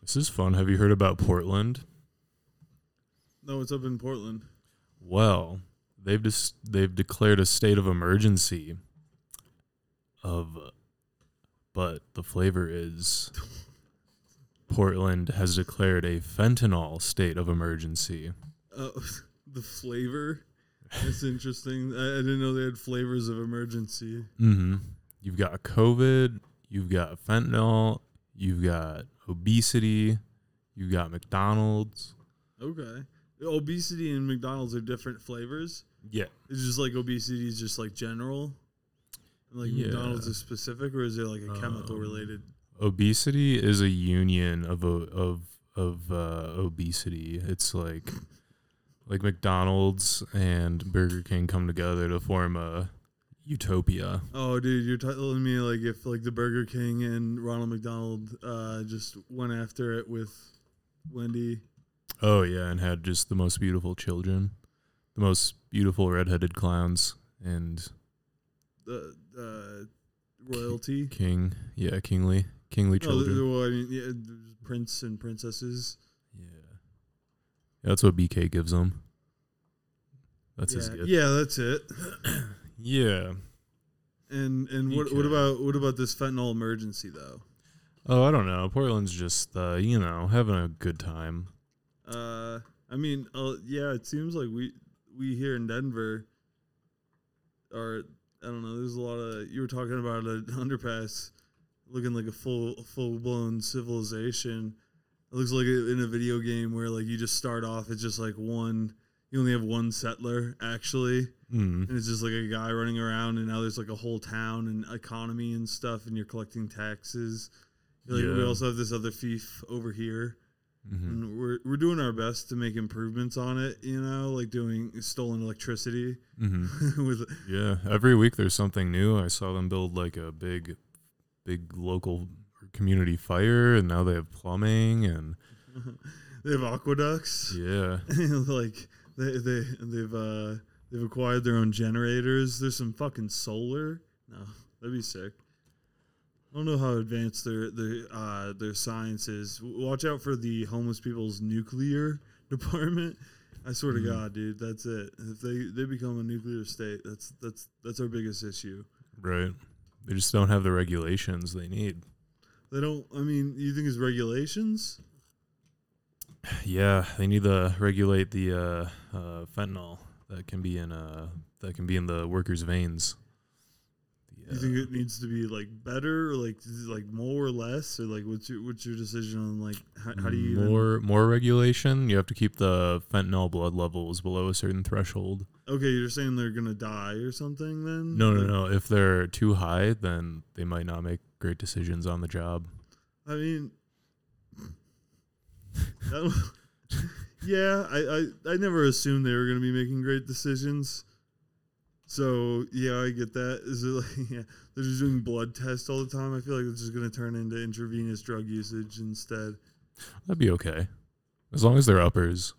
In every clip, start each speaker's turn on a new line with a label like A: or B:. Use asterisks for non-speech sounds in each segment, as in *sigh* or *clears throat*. A: This is fun. Have you heard about Portland?
B: No, it's up in Portland.
A: Well, they've dis- they've declared a state of emergency. Of, but the flavor is. Portland has declared a fentanyl state of emergency.
B: Uh, *laughs* the flavor. That's interesting. I, I didn't know they had flavors of emergency.
A: Mm-hmm. You've got COVID. You've got fentanyl. You've got obesity. You've got McDonald's.
B: Okay. Obesity and McDonald's are different flavors.
A: Yeah.
B: It's just like obesity is just like general. Like
A: Yeah.
B: McDonald's is specific, or is there like a chemical
A: Um,
B: related?
A: Obesity is a union of o- of of uh, obesity. It's like like McDonald's and Burger King come together to form a utopia.
B: Oh, dude, you're telling me like if like the Burger King and Ronald McDonald uh, just went after it with Wendy.
A: Oh yeah, and had just the most beautiful children, the most beautiful redheaded clowns, and
B: the uh, royalty.
A: King. Yeah, kingly, kingly
B: Oh, the-
A: children.
B: the- well, I mean, yeah, there's prince and princesses.
A: Yeah. Yeah, that's what BK gives them. That's
B: yeah.
A: his gift.
B: Yeah, that's it. *clears throat*
A: Yeah.
B: And and what what
A: BK.
B: about what about this fentanyl emergency though?
A: Oh, I don't know. Portland's just, uh, you know, having a good time.
B: Uh, I mean, uh, yeah, it seems like we we here in Denver are I don't know. There's a lot of you were talking about an underpass looking like a full full blown civilization. It looks like it in a video game where like you just start off. It's just like one. You only have one settler actually,
A: Mm.
B: and it's just like a guy running around. And now there's like a whole town and economy and stuff, and you're collecting taxes. Like we
A: Yeah.
B: also have this other fief over here
A: hmm
B: and we're we're doing our best to make improvements on it. You know, like doing stolen electricity *laughs*
A: hmm
B: with
A: Yeah. Every week there's something new. I saw them build like a big, big local community fire, and now they have plumbing and
B: they have aqueducts.
A: yeah.
B: *laughs* like they they they've uh, they've acquired their own generators. There's some fucking solar. No, that'd be sick. I don't know how advanced their their uh, their science is. W- Watch out for the homeless people's nuclear *laughs* department. I swear
A: Mhm.
B: to God, dude, that's it. If they, they become a nuclear state, that's that's that's our biggest issue.
A: Right. They just don't have the regulations they need.
B: They don't. I mean, you think it's regulations?
A: Yeah, they need to regulate the uh, uh, fentanyl that can be in uh, that can be in the workers' veins. The,
B: You
A: uh,
B: think it needs to be like better, or like is it, like more or less, or like what's your what's your decision on like how, how do you even-
A: more more regulation? You have to keep the fentanyl blood levels below a certain threshold.
B: okay, you're saying they're gonna die or something then?
A: No, no,
B: Like,
A: no. If they're too high, then they might not make great decisions on the
B: *laughs*
A: job.
B: I mean, I don't- *laughs* yeah, I, I I never assumed they were gonna be making great decisions. So yeah, I get that. Is it *laughs* like yeah, they're just doing blood tests all the time? I feel like it's just gonna turn into intravenous drug usage instead.
A: That'd be okay, as long as they're uppers.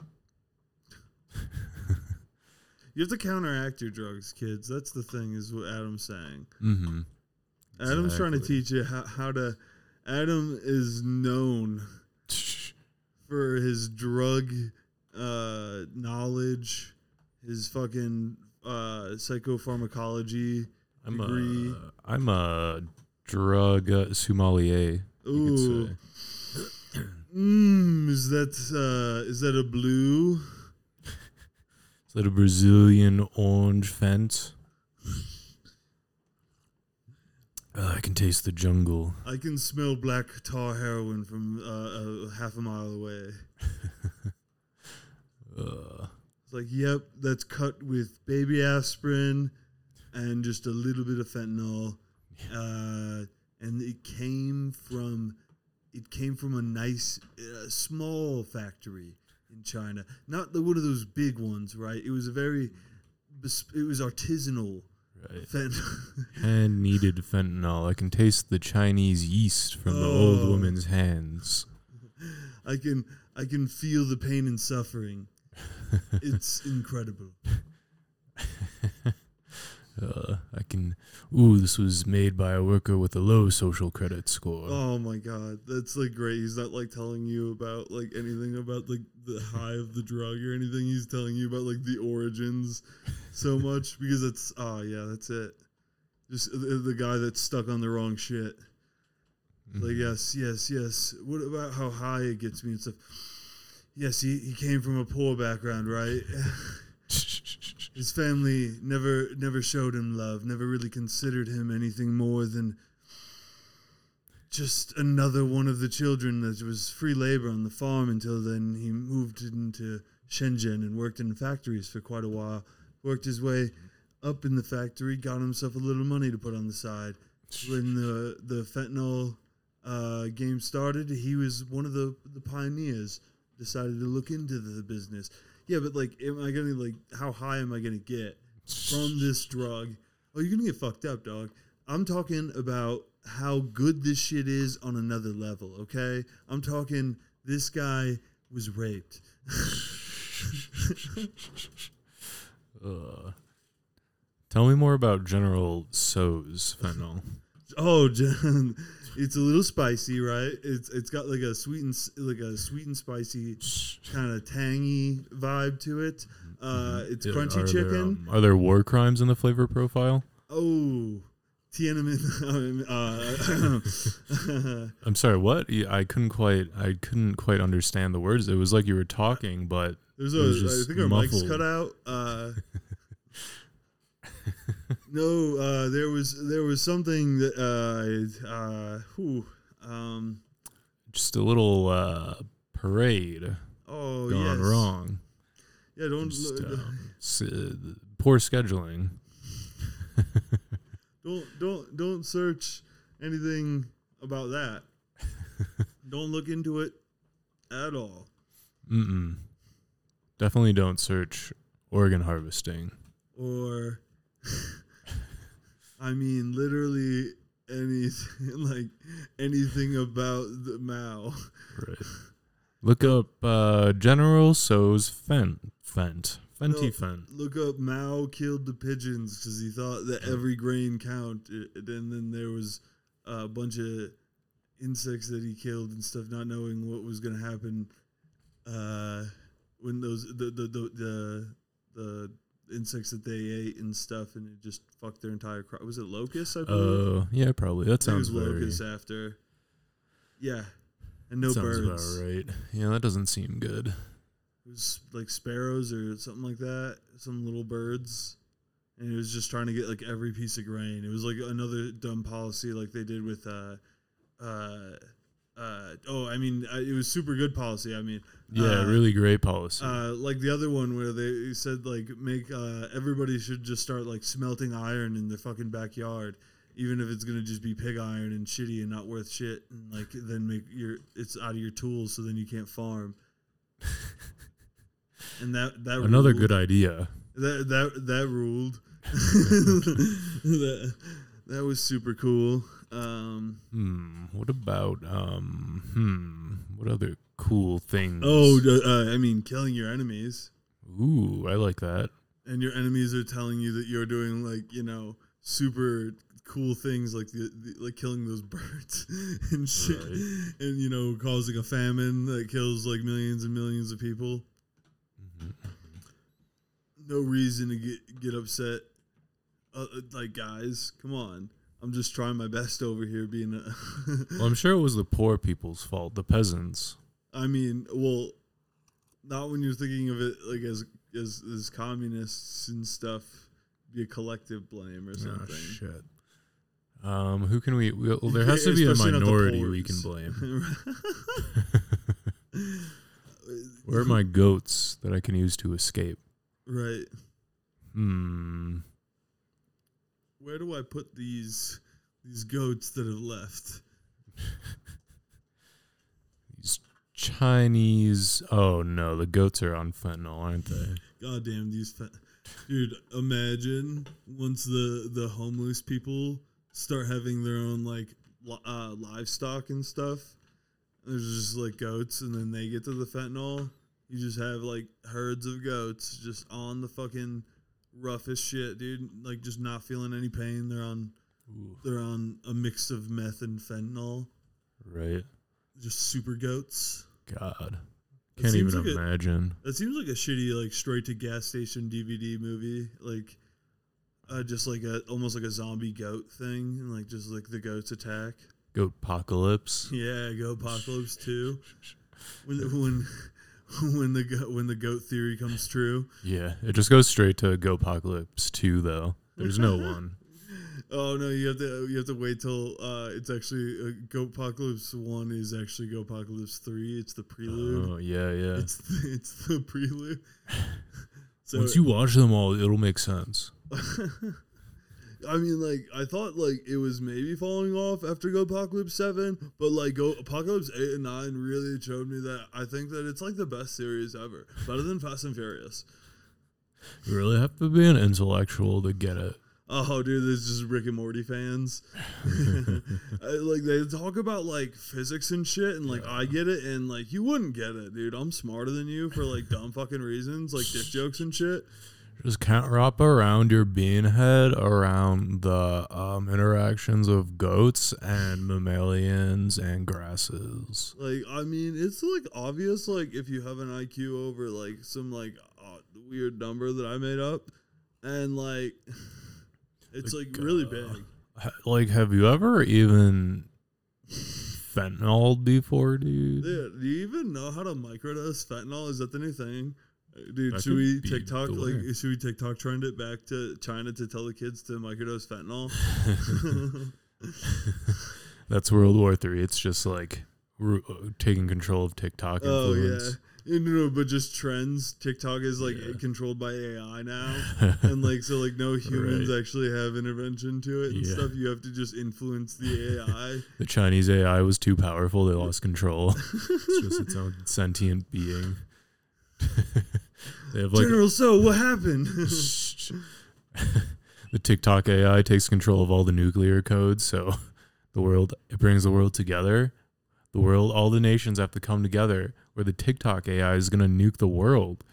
B: You have to counteract your drugs, kids. That's the thing, is what Adam's saying.
A: Mm-hmm.
B: Adam's trying to
A: Exactly.
B: teach you how, how to. Adam is known for his drug uh, knowledge, his fucking uh, psychopharmacology.
A: I'm
B: Degree.
A: a I'm a drug uh, sommelier. You
B: Ooh,
A: could say.
B: mm, is that uh, is that a blue?
A: Is that a Brazilian orange fence? Uh, I can taste the jungle.
B: I can smell black tar heroin from uh, uh, half a mile away.
A: Uh,
B: It's like, yep, that's cut with baby aspirin and just a little bit of fentanyl. Uh, and it came from it came from a nice uh, small factory in China, not the one of those big ones, right? It was a very bes- it was artisanal
A: right.
B: fentanyl. *laughs*
A: Hand needed fentanyl. I can taste the Chinese yeast from the
B: Oh.
A: old woman's hands.
B: I can I can feel the pain and suffering. It's incredible.
A: Uh, I can. Ooh, this was made by a worker with a low social credit score.
B: Oh my god, that's like great. He's not like telling you about like anything about like the high of the drug or anything. He's telling you about like the origins so much because it's oh yeah, that's it. Just the, the guy that's stuck on the wrong shit. Like yes, yes, yes. What about how high it gets me and stuff? Yes, he, he came from a poor background, right? *laughs* His family never never showed him love, never really considered him anything more than just another one of the children that was free labor on the farm until then he moved into Shenzhen and worked in factories for quite a while. Worked his way up in the factory, got himself a little money to put on the side. When the the fentanyl uh, game started, he was one of the, the pioneers. Decided to look into the business. Yeah, but like, am I gonna like? How high am I gonna get from this drug? Oh, you're gonna get fucked up, dog. I'm talking about how good this shit is on another level. Okay, I'm talking this guy was raped.
A: *laughs* Uh, tell me more about General So's fentanyl.
B: Oh, *laughs* John, it's a little spicy, right? It's it's got like a sweet and s- like a sweet and spicy kind of tangy vibe to it. Uh, it's
A: Yeah,
B: crunchy
A: are
B: chicken.
A: There, um, are there war crimes in the flavor profile?
B: oh, Tiananmen. *laughs* Uh, *laughs*
A: I'm sorry, what? Yeah, I couldn't quite. I couldn't quite understand the words. It was like you were talking, but
B: there's
A: It was
B: a. I
A: just
B: think our mic's
A: muffled.
B: cut out.
A: *laughs*
B: Uh, no, uh, there was there was something that uh, uh, whew, um,
A: just a little uh, parade
B: oh
A: gone
B: yes.
A: wrong.
B: Yeah, don't
A: Just,
B: lo-
A: um, s- uh, poor scheduling.
B: *laughs* don't don't don't search anything
A: *laughs*
B: about that. don't look into it at all.
A: Mm-mm. Definitely don't search organ harvesting.
B: Or *laughs* I mean literally anything *laughs* like anything about the Mao.
A: Right. Look up uh, General So's Fent. Fent. Fenty Fent.
B: Look up Mao killed the pigeons because he thought that every grain counted, and then there was a bunch of insects that he killed and stuff, not knowing what was going to happen uh, when those the the, the the the insects that they ate and stuff, and it just fucked their entire crop. Was it locusts? I believe.
A: Oh, yeah, probably. That
B: I think it was
A: sounds very.
B: locusts after. Yeah, and no
A: sounds
B: birds. Uh,
A: about right. Yeah, that doesn't seem good.
B: it was like sparrows or something like that, some little birds. And it was just trying to get like every piece of grain. It was like another dumb policy, like they did with, uh, uh, uh, oh, I mean, uh, it was super good policy. I mean,
A: Yeah,
B: uh,
A: really great policy.
B: uh, like the other one where they said like make uh, everybody should just start like smelting iron in their fucking backyard, even if it's gonna just be pig iron and shitty and not worth shit, and like then make your it's out of your tools, so then you can't farm. and that
A: *laughs*
B: that
A: Another
B: ruled.
A: good idea.
B: that that that ruled. *laughs* that, that was super cool. Um,
A: Hmm. What about um? Hmm. What other cool things?
B: oh, uh, I mean, killing your enemies.
A: ooh, I like that.
B: and your enemies are telling you that you're doing like you know super cool things like the, the like killing those *laughs* birds and shit
A: Right.
B: and you know causing a famine that kills like millions and millions of people no reason to get get upset uh, uh, like guys come on i'm just trying my best over here being a *laughs*
A: Well, I'm sure it was the poor people's fault, the peasants.
B: I mean, well, not when you're thinking of it like as as as communists and stuff. Be a collective blame or something.
A: Ah, Oh, shit. Um, who can we?
B: *laughs*
A: Well, there has to be a
B: Especially not the
A: minority we can
B: Poles.
A: blame.
B: *laughs*
A: *laughs* Where are my goats that I can use to escape?
B: right.
A: Hmm.
B: Where do I put these these goats that have left?
A: These Chinese. Oh no, the goats are on fentanyl, aren't they?
B: God damn these, fa- dude! Imagine once the the homeless people start having their own like li- uh, livestock and stuff. There's just like goats, and then they get to the fentanyl. You just have like herds of goats just on the fucking rough as shit, dude. Like just not feeling any pain. They're on
A: Ooh,
B: they're on a mix of meth and fentanyl.
A: right.
B: Just super goats.
A: God.
B: It
A: Can't
B: seems
A: even
B: like a-
A: imagine.
B: That seems like a shitty like straight to gas station DVD movie, like uh, just like a almost like a zombie goat thing, and like just like the goats attack.
A: Goat apocalypse.
B: *laughs* Yeah, go apocalypse too. When when *laughs* when the go- when the goat theory comes true.
A: Yeah, it just goes straight to Go Apocalypse 2 though. There's
B: *laughs*
A: no one.
B: Oh no, you have to you have to wait till uh, it's actually uh, Go Apocalypse One is actually Go Apocalypse Three. It's the prelude.
A: Oh, yeah, yeah.
B: It's *laughs* uh, the, it's the prelude.
A: *laughs*
B: So
A: Once you watch them all, it'll make sense.
B: *laughs* I mean, like I thought, like it was maybe falling off after Go Apocalypse Seven, but like Go Apocalypse Eight and Nine really showed me that I think that it's like the best series ever, better than Fast and Furious.
A: You really have to be an intellectual to get it.
B: Oh, dude, there's just Rick and Morty fans. *laughs* I- like they talk about like physics and shit, and like I get it, and like you wouldn't get it, dude. I'm smarter than you for like dumb fucking reasons, like dick jokes and shit.
A: Just can't wrap around your bean head around the um, interactions of goats and mammalians and grasses.
B: Like I mean, it's like obvious. Like if you have an IQ over like some like odd, weird number that I made up, and like *laughs* it's like really big.
A: Ha- Like, have you ever even fentanyl before, dude?
B: Dude, do you even know how to microdose fentanyl? Is that the new thing? Uh, Dude,
A: That
B: should
A: could
B: we
A: be
B: TikTok
A: the
B: like
A: way.
B: should we TikTok trend it back to China to tell the kids to
A: *laughs*
B: microdose fentanyl? *laughs*
A: That's World War Three. It's just like ru- uh, taking control of TikTok
B: oh
A: influence.
B: yeah. No, no, but just trends. TikTok is like
A: Yeah.
B: controlled by AI now,
A: *laughs*
B: and like so, like no humans
A: Right.
B: actually have intervention to it and
A: Yeah.
B: stuff. You have to just influence the AI.
A: The Chinese AI was too powerful. They lost control. *laughs* it's just its own sentient being. *laughs* they have *laughs* like
B: General, so
A: *laughs*
B: what happened? *laughs*
A: the TikTok AI takes control of all the nuclear codes, so the world it brings the world together. The world, all the nations have to come together, where the TikTok AI is going to nuke the world.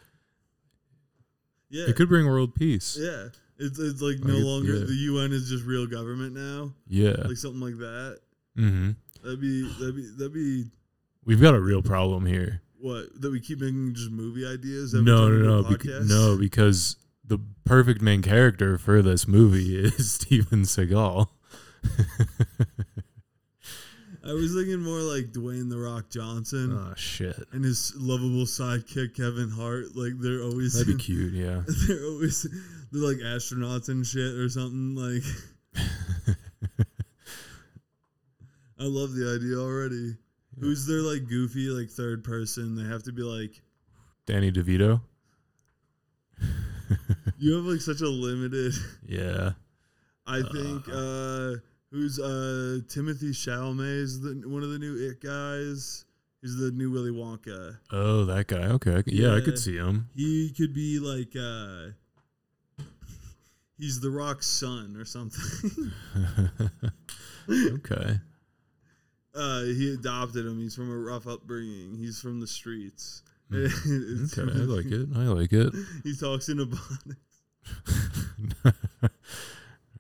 B: yeah,
A: It could bring world peace.
B: yeah. It's it's like no
A: Like,
B: longer
A: yeah. Uh.
B: the UN is just real government now,
A: Yeah.
B: like something like that.
A: hmm
B: That'd be that'd be that'd be
A: We've got a real problem here.
B: what that we keep making just movie ideas. Every
A: No,
B: time we
A: no, no,
B: do
A: bec-
B: podcasts?
A: no, because the perfect main character for this movie *laughs* is Steven Seagal. *laughs*
B: I was thinking more like Dwayne the Rock Johnson
A: Oh shit,
B: *laughs* and his lovable sidekick Kevin Hart. Like they're always
A: that'd be cute. Yeah.
B: *laughs* they're always they're like astronauts and shit or something. Like
A: *laughs*
B: I love the idea already. Who's their like goofy like third person? They have to be like
A: Danny DeVito.
B: you have like such a limited. *laughs*
A: Yeah.
B: I think uh, who's uh, Timothy Chalamet is the, one of the new It guys. He's the new Willy Wonka.
A: Oh, that guy. Okay. I c- Yeah, I
B: Yeah.
A: could see him. *laughs*
B: He could be like uh, *laughs* he's the Rock's son or something. *laughs*
A: okay.
B: uh, he adopted him. He's from a rough upbringing. He's from the streets. *laughs* It's-
A: Hmm. Okay. I like it. I like it.
B: *laughs*
A: *laughs*
B: He talks in a bonnet.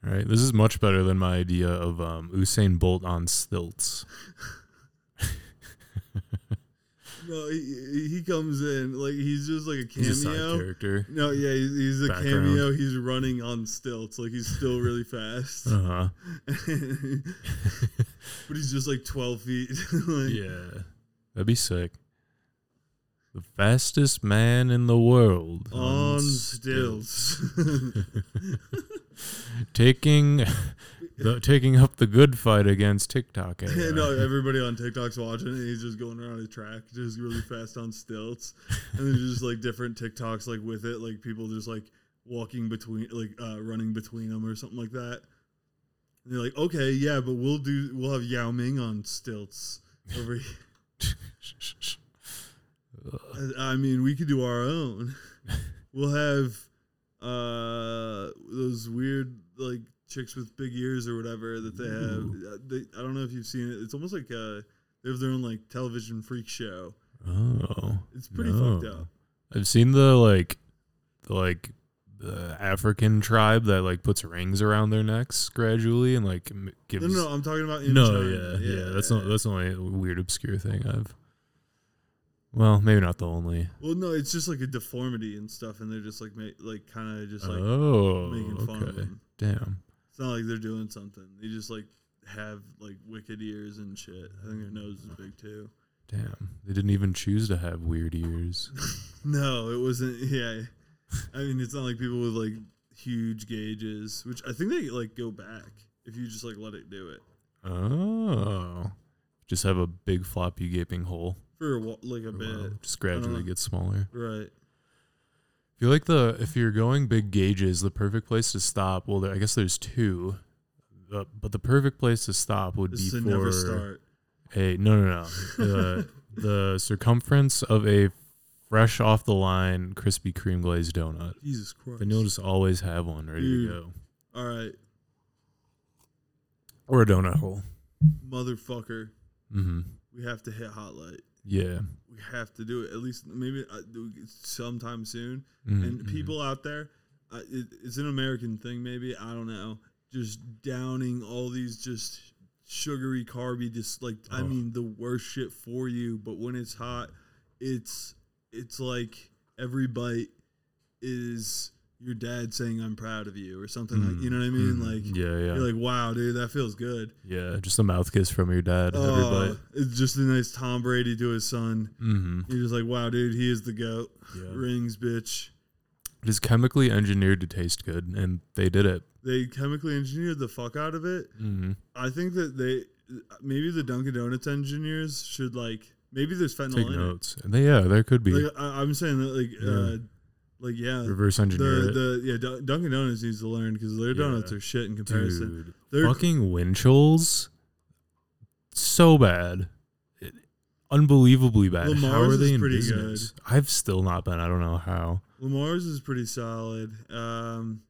A: All right. This is much better than my idea of um, Usain Bolt on stilts.
B: *laughs* No, he, he comes in like he's just like a cameo.
A: He's a side character.
B: No, yeah, he's, he's a
A: Background.
B: cameo. He's running on stilts, like he's still really fast.
A: Uh huh.
B: *laughs* but he's just like twelve feet. *laughs* like,
A: Yeah. That'd be sick. The fastest man in the world
B: On stilts. *laughs*
A: taking *laughs* the, taking up the good fight against TikTok.
B: *laughs*
A: AI.
B: You know,
A: *laughs*
B: everybody on TikTok's watching it. and He's just going around a track, just really fast on stilts. And there's just like different TikToks like with it, like people just like walking between, like uh, running between them or something like that. And they're like, okay, yeah, but we'll do, we'll have Yao Ming on stilts over here. I- I mean, we could do
A: *laughs*
B: our own. We'll have uh those weird like chicks with big ears or whatever that they have. Uh, They, I don't know if you've seen it. It's almost like uh they have their own like television freak show.
A: Oh,
B: It's pretty
A: no.
B: fucked up.
A: I've seen the like, the, like the African tribe that like puts rings around their necks gradually and like m-
B: No,
A: gives
B: no, I'm talking about in
A: no,
B: China.
A: yeah, yeah, That's not that's the only weird obscure thing I've. Well, maybe not the only.
B: Well, no, it's just like a deformity and stuff, and they're just like ma- like kind of just like
A: oh,
B: making fun of
A: okay.
B: them.
A: Damn.
B: It's not like they're doing something. They just like have like wicked ears and shit. I think their nose is big too.
A: Damn. They didn't even choose to have weird ears.
B: *laughs* No, it wasn't. Yeah, I mean, it's not like people with like huge gauges, which I think they like go back if you just like let it do it
A: Oh. Just have a big floppy gaping hole.
B: for a, wa- like a
A: Oh, Wow.
B: bit,
A: Just
B: don't
A: gradually
B: know.
A: gets smaller.
B: right?
A: I feel like the if you're going big gauges, the perfect place to stop. Well, there, I guess there's two, uh, but the perfect place to stop would
B: This is
A: be for
B: to never
A: *laughs*
B: start.
A: a no no no uh,
B: *laughs*
A: the circumference of a fresh off the line Krispy Kreme glazed donut.
B: *laughs* Jesus Christ!
A: Then you'll uh, just always have one ready
B: Dude.
A: to go,
B: All right,
A: or a donut hole.
B: motherfucker,
A: Mm-hmm.
B: we have to hit hot light.
A: Yeah.
B: We have to do it at least maybe uh, do- sometime soon.
A: Mhm,
B: And
A: mhm.
B: people out there, uh, it, it's an American thing, maybe I don't know. Just downing all these just sugary, carby, just like I
A: Oh.
B: mean the worst shit for you. But when it's hot, it's it's like every bite is your dad saying "I'm proud of you" or something like you know what I mean.
A: Mhm.
B: Like
A: yeah yeah
B: you're like, wow, dude, that feels good.
A: yeah just a mouth kiss from your dad.
B: Oh,
A: everybody.
B: it's just a nice Tom Brady to his son.
A: Mm-hmm.
B: You're just like, wow, dude, he is the goat.
A: Yeah.
B: Rings, bitch.
A: It is chemically engineered to taste good, and they did it.
B: They chemically engineered the fuck out of it.
A: Mm-hmm.
B: I think that they maybe the Dunkin' Donuts engineers should like maybe there's fentanyl
A: Take
B: in
A: notes. And they, yeah, there could be
B: it. Like I, I'm saying that like uh,
A: Yeah.
B: like yeah,
A: reverse
B: the
A: engineer. it.
B: the yeah Dun- Dunkin' Donuts needs to learn because their donuts
A: Yeah.
B: are shit in comparison.
A: Dude,
B: They're
A: fucking Winchell's, so bad, It- unbelievably bad. how
B: Lamar's
A: are they
B: is
A: in
B: pretty
A: business? I've still not been. I don't know how.
B: Lamar's is pretty solid. Um,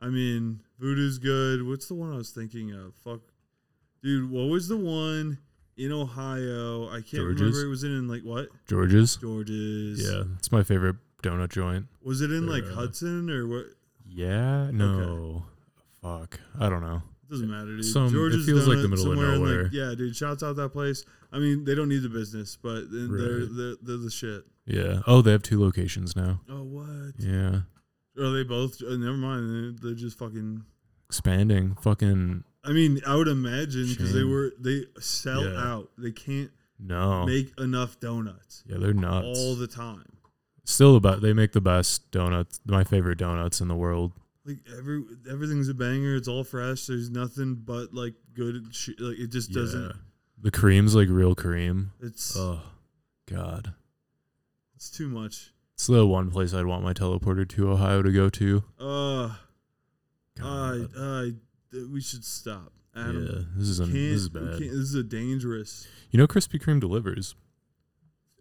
B: I mean, Voodoo's good. What's the one I was thinking of? Fuck, dude, what was the one in Ohio? I can't
A: George's?
B: remember. It was in, like what?
A: George's.
B: George's.
A: Yeah, it's my favorite donut joint.
B: Was it in like
A: They're, uh,
B: Hudson or what? It
A: Yeah. No. Fuck. I don't know.
B: doesn't matter, dude.
A: some- it
B: George's
A: feels like the
B: Donut,
A: middle of
B: somewhere in, like-
A: nowhere.
B: yeah, dude. Shouts out that place. I mean, they don't need the business, but then they're,
A: Right.
B: they're they're the shit.
A: Yeah. Oh, they have two locations now.
B: Oh what?
A: Yeah.
B: Are they both? Uh, never mind. They're, they're just fucking.
A: Expanding. Fucking
B: I mean, I would imagine because they
A: Shame.
B: were they sell
A: Yeah.
B: out. They can't
A: no.
B: make enough donuts
A: yeah, they're nuts.
B: all the time.
A: Still the best. They make the best donuts. My favorite donuts in the world.
B: Like every everything's a banger. It's all fresh. There's nothing but like good. Sh- like it just
A: Yeah.
B: doesn't.
A: The cream's like real cream.
B: It's
A: Oh, God.
B: it's too much.
A: It's the one place I'd want my teleporter to Ohio to go to.
B: Uh, I,
A: God.
B: I, we should stop. Adam,
A: yeah, this is, an,
B: can't,
A: this is
B: we
A: bad.
B: can't- this is a dangerous.
A: You know, Krispy Kreme delivers.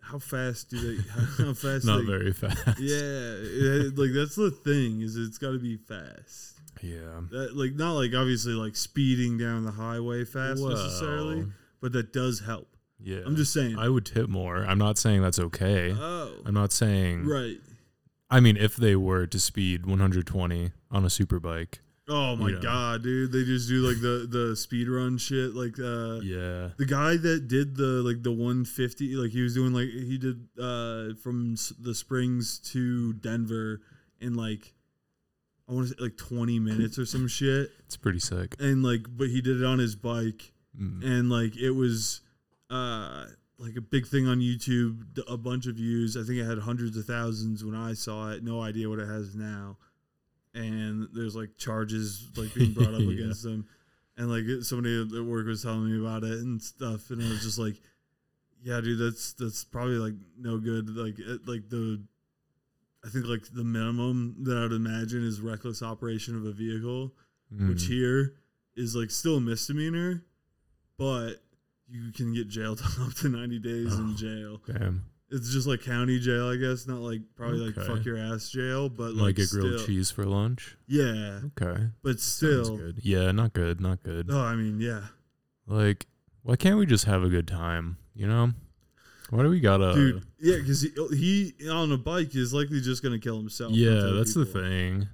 B: How fast do they? *laughs* How
A: *laughs*
B: fast?
A: Not
B: they,
A: very fast.
B: Yeah, it- like that's the thing is it's got to be fast.
A: Yeah.
B: That, like not like obviously like speeding down the highway fast necessarily,
A: Well,
B: but that does help.
A: Yeah.
B: I'm just saying.
A: I would tip more. I'm not saying that's okay.
B: oh,
A: I'm not saying.
B: right.
A: I mean, if they were to speed 120 on a super bike.
B: Oh my
A: You know.
B: god, dude! They just do like the the speed run shit. Like uh,
A: Yeah.
B: the guy that did the like the 150, like he was doing like he did uh from s- the Springs to Denver in like I want to say like 20 minutes or some shit,
A: It's pretty sick.
B: and like but he did it on his bike.
A: Mm.
B: and like it was uh like a big thing on YouTube, d- a bunch of views. I think it had hundreds of thousands when I saw it. No idea what it has now. And there's like charges like being brought up
A: Yeah.
B: against them, and like it- somebody at work was telling me about it and stuff, and I was just like, "Yeah, dude, that's that's probably like no good." Like it, like the, I think like the minimum that I would imagine is reckless operation of a vehicle which
A: Mm.
B: here is like still a misdemeanor, but you can get *laughs* jailed up to 90 days in
A: Oh.
B: jail.
A: Damn.
B: It's just like county jail, I guess, not like probably like
A: Okay.
B: fuck your ass jail, but
A: Like, a
B: like,
A: grilled
B: still-
A: cheese for lunch.
B: Yeah,
A: Okay.
B: but
A: Sounds
B: still,
A: good. Yeah, not good. Not good.
B: no, I mean, yeah,
A: Like, why can't we just have a good time? You know? Why do we gotta.
B: dude, yeah, because he, he on a bike is likely just gonna kill himself. not
A: yeah,
B: other
A: that's the
B: people.
A: thing.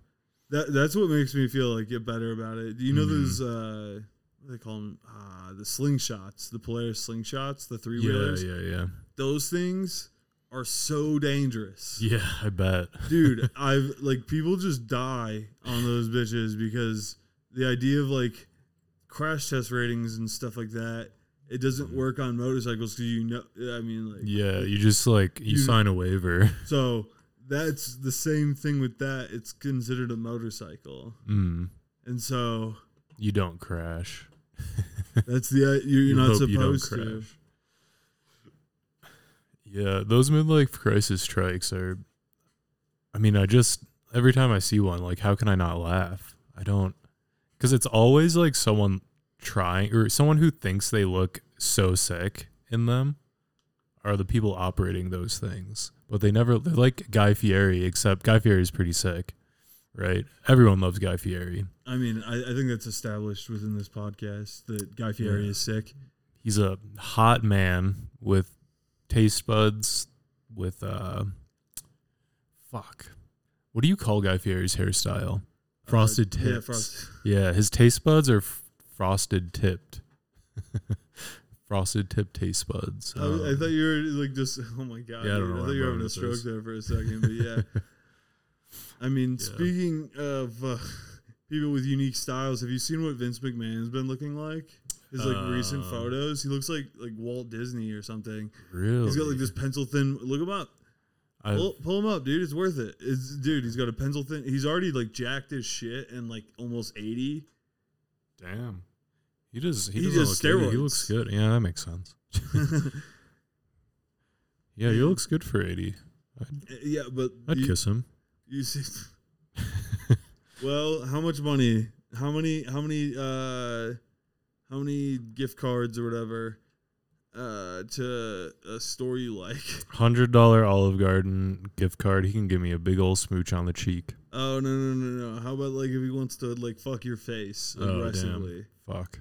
B: That that's what makes me feel like get better about it. You know
A: Mhm.
B: those uh, what do they call them? Uh, the slingshots, the Polaris slingshots, the three
A: Yeah,
B: wheelers.
A: yeah, yeah.
B: Those things are so dangerous,
A: Yeah, I bet.
B: *laughs* dude. I've like people just die on those bitches because the idea of like crash test ratings and stuff like that. It doesn't work on motorcycles because you know. I mean,
A: *laughs*
B: like
A: Mm-hmm. Yeah, you just like you
B: You-
A: sign a waiver. *laughs*
B: so that's the same thing with that. It's considered a motorcycle,
A: Mm,
B: and
A: *laughs*
B: so
A: you don't crash.
B: that's the uh, you're,
A: You
B: you're not
A: hope you don't
B: supposed to.
A: crash. Yeah, those midlife crisis strikes are. I mean, I just every time I see one, like, how can I not laugh? I don't, because it's always like someone trying or someone who thinks they look so sick in them are the people operating those things, but they never. They're like Guy Fieri, except Guy Fieri is pretty sick, right? Everyone loves Guy Fieri.
B: I mean, I, I think that's established within this podcast that Guy Fieri
A: Yeah.
B: is sick.
A: he's a hot man with taste buds with uh fuck what do you call guy fieri's hairstyle frosted
B: Uh,
A: tips yeah,
B: Yeah, frost,
A: his taste buds are f- frosted tipped *laughs* frosted tipped taste buds
B: I, I thought you were like just *laughs* oh my god,
A: Um, Yeah, I don't
B: dude,
A: know where
B: I thought
A: I'm
B: you
A: going
B: were having a
A: with
B: stroke
A: this.
B: there for a second, but yeah.
A: *laughs*
B: I mean,
A: Yeah.
B: speaking of uh, people with unique styles, have you seen what Vince McMahon's been looking like? His like recent
A: Um,
B: photos, he looks like like Walt Disney or something.
A: really
B: He's got like this pencil thin. Look him up.
A: I-
B: Pull, pull him up, dude. It's worth it. It's dude. He's got a pencil thin. He's already like jacked as shit and like almost eighty. *laughs*
A: damn he does he,
B: He
A: doesn't
B: does
A: look 80. he looks
B: steroids.
A: good yeah that makes sense *laughs* yeah he looks good for 80
B: yeah, but
A: i'd
B: you,
A: kiss him *laughs*
B: you see. well, how much money? How many? How many? uh How many gift cards or whatever uh to a store you like? *laughs*
A: Hundred dollar Olive Garden gift card. He can give me a big old smooch on the cheek.
B: Oh no no no no! How about like if he wants to like fuck your face
A: Oh, damn.
B: aggressively
A: Fuck.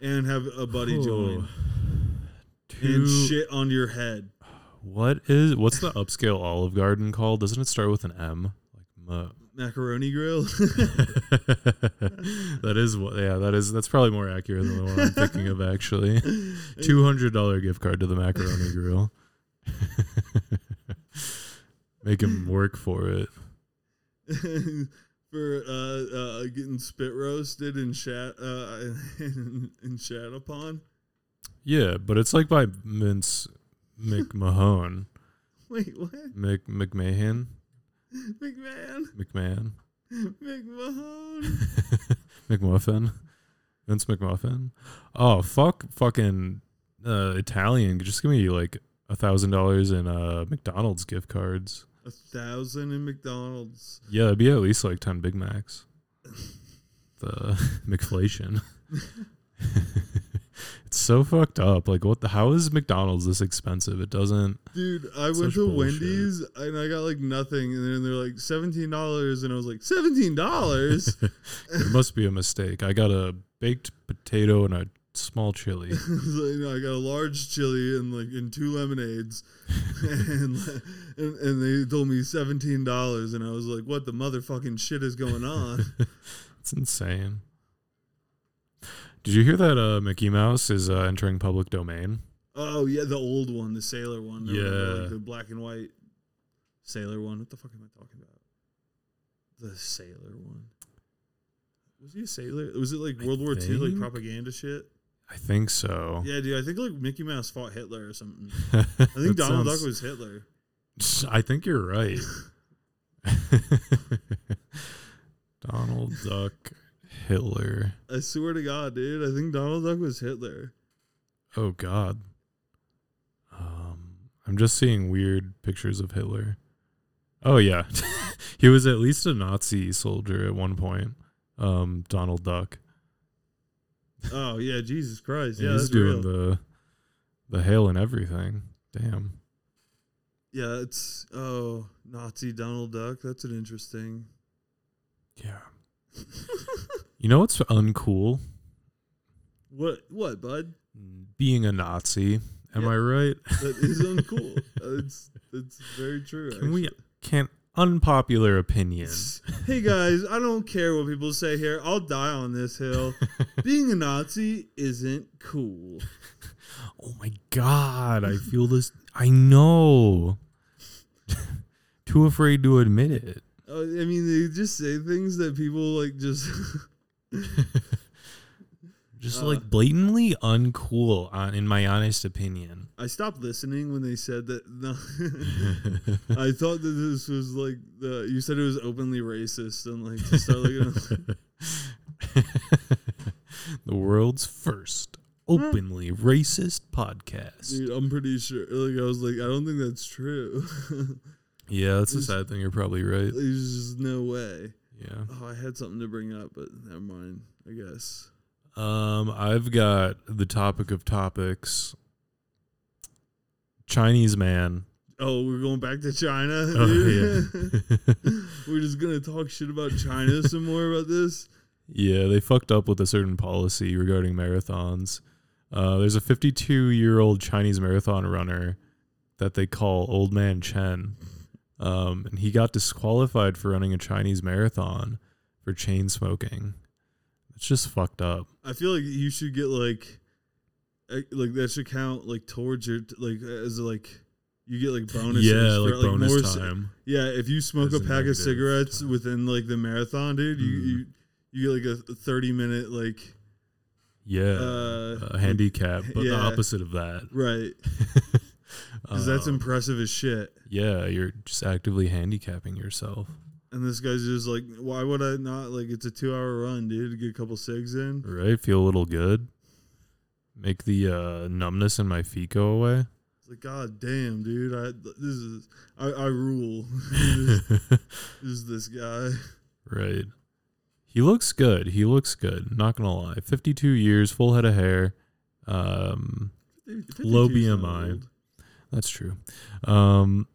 B: and have a buddy join
A: Two.
B: and shit on your head?
A: What is what's the upscale Olive Garden called? Doesn't it start with an M? uh. Like mu-
B: Macaroni
A: *laughs*
B: grill. *laughs*
A: that is what. Yeah, that is. That's probably more accurate than the one I'm thinking of.
B: *laughs*
A: Actually, two hundred dollar gift card to the Macaroni Grill. *laughs* Make him work for it.
B: for uh, uh, getting spit roasted and shat uh, *laughs* and, and shat upon.
A: Yeah, but it's like by Vince McMahon,
B: Wait, what?
A: Mc McMahon,
B: McMahon,
A: *laughs* McMahon.
B: McMahon.
A: McMuffin, Vince McMuffin. Oh fuck, fucking uh, Italian. Just give me like a thousand dollars in uh, McDonald's gift cards.
B: A thousand in McDonald's.
A: Yeah, it'd be at least like ten Big Macs. The *laughs* McFlation. *laughs* it's so fucked up. Like, what? The, how is McDonald's this expensive? It doesn't.
B: Dude, I
A: Such
B: went to
A: bullshit.
B: Wendy's and I got like nothing, and then they're like seventeen dollars, and I was like seventeen dollars. *laughs*
A: It must be a mistake. I got a baked potato and a small chili.
B: So, you know, I got a large chili and like and two lemonades, *laughs* and, and and they told me seventeen dollars, and I was like, "What the motherfucking shit is going on?"
A: It's insane. Did you hear that uh, Mickey Mouse is uh, entering public domain?
B: oh yeah, the old one, the sailor one, the,
A: Yeah.
B: like, the black and white sailor one. What the fuck am I talking about? The sailor one. Was he a sailor? Was it like
A: I
B: World War II, like
A: think. Oh.
B: propaganda shit?
A: I think so. *laughs*
B: Yeah, dude, I think like Mickey Mouse fought Hitler or something.
A: I
B: I think Donald Duck was Hitler.
A: *laughs* I think you're right. Donald Duck, Hitler.
B: I swear to God, dude, I think Donald Duck was Hitler.
A: Oh God. Um, I'm just seeing weird pictures of Hitler. Oh yeah, *laughs* he was at least a Nazi soldier at one point. Um, Donald Duck.
B: Oh yeah, Jesus Christ!
A: Yeah,
B: Yeah,
A: he's
B: that's
A: doing
B: real.
A: the the hail and everything. Damn.
B: yeah, it's oh Nazi Donald Duck. That's an interesting. *laughs*
A: Yeah. you know what's uncool?
B: What what, bud?
A: Being a Nazi. Am
B: Yeah.
A: I right?
B: That is uncool. Uh, it's it's very true.
A: Can *laughs* we
B: actually.
A: can't unpopular opinion.
B: hey guys, I don't care what people say here. I'll die on this hill. Being a Nazi isn't cool.
A: *laughs* Oh my god, I feel this. I know. *laughs* Too afraid to admit it.
B: Uh, I mean, they just say things that people like just. *laughs*
A: Just
B: Uh.
A: like blatantly uncool, on, in my honest
B: *laughs*
A: opinion.
B: I stopped listening when they said that. *laughs* No, I thought that this was like the. You said it was openly racist and like to start
A: *laughs*
B: like.
A: the world's first openly racist podcast.
B: Dude, I'm pretty sure. Like I was like, I don't think that's true. *laughs*
A: Yeah, that's a sad thing. You're probably right.
B: There's just no way.
A: Yeah.
B: Oh, I had something to bring up, but never mind. I guess.
A: Um, I've got the topic of topics. Chinese man. *laughs*
B: Oh, we're going back to China.
A: Oh,
B: *laughs* dude?
A: yeah. *laughs*
B: we're just gonna talk shit about China some more about this.
A: yeah, they fucked up with a certain policy regarding marathons. Uh, there's a 52 year old Chinese marathon runner that they call Old Man Chen. Um, and he got disqualified for running a Chinese marathon for chain smoking. It's just fucked up.
B: I feel like you should get like, eh, like that should count like towards your like as like you get like bonuses.
A: yeah,
B: for,
A: like, bonus
B: more uh, ci-
A: time.
B: Yeah, if you smoke
A: As
B: a
A: a
B: pack of
A: negative
B: cigarettes
A: time.
B: within like the marathon, dude, you
A: Mhm.
B: you you get like a thirty minute like
A: yeah.
B: uh,
A: a handicap, but the
B: yeah.
A: opposite of that.
B: *laughs* right because that's
A: Um,
B: impressive as shit.
A: yeah, you're just actively handicapping yourself,
B: And this guy's just like, why would I not? Like, it's a two hour run, dude. Get a couple cigs in.
A: right? Feel a little good, make the uh, numbness in my feet go
B: *laughs*
A: away. *laughs*
B: It's like, God damn, dude. I this is I, I rule. *laughs* this,
A: right.
B: is this guy.
A: He looks good. He looks good. Not gonna lie. Fifty-two years, full head of hair. Um, Low
B: 52's not
A: BMI.
B: old.
A: that's true. Um,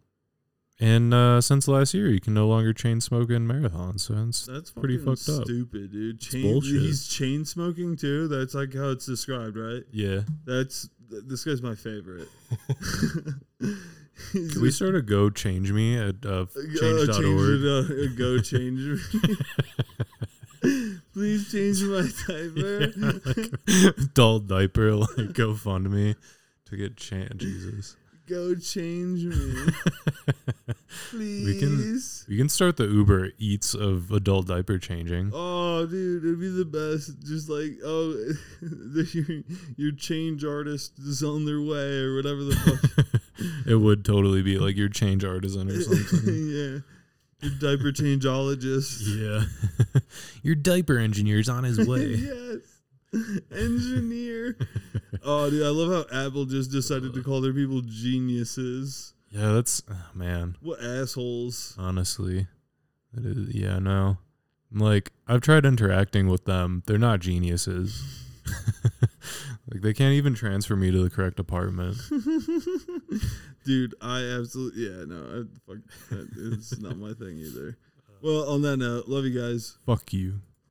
A: and uh, since last year, you can no longer chain smoke in marathons. So it's
B: That's
A: Pretty
B: pretty
A: fucked up.
B: Stupid, dude. Chain,
A: bullshit.
B: he's chain smoking too. That's like how it's described, right?
A: yeah.
B: That's th- this guy's
A: *laughs*
B: my favorite. He's
A: Can we
B: just-
A: start a go change me at uh,
B: Uh,
A: change.org?
B: change it, uh, go change. me. Please change my
A: *laughs*
B: diaper.
A: Yeah, *laughs* like doll diaper, *laughs* like GoFundMe to get chant Jesus. *laughs*
B: Go change me,
A: We can-
B: please.
A: We can start the Uber Eats of adult diaper changing.
B: Oh, dude, it'd be the best. Just like, oh, *laughs* the- your, your change artist is on their way or
A: *laughs*
B: whatever the fuck.
A: it would totally be like your change artisan or something.
B: *laughs* yeah, your diaper changeologist.
A: *laughs* yeah. your diaper engineer's on his
B: *laughs*
A: way.
B: yes, engineer. *laughs* oh, dude, I love how Apple just decided to call their people geniuses.
A: yeah, that's oh, man.
B: What
A: *laughs*
B: assholes.
A: Honestly. That is, yeah, no. Like I've tried interacting with them. They're not geniuses. *laughs* like they can't even transfer me to the correct apartment.
B: Dude, I absolutely yeah no, I, fuck, that, it's not my thing either. Well, on that note, love you guys.
A: Fuck you.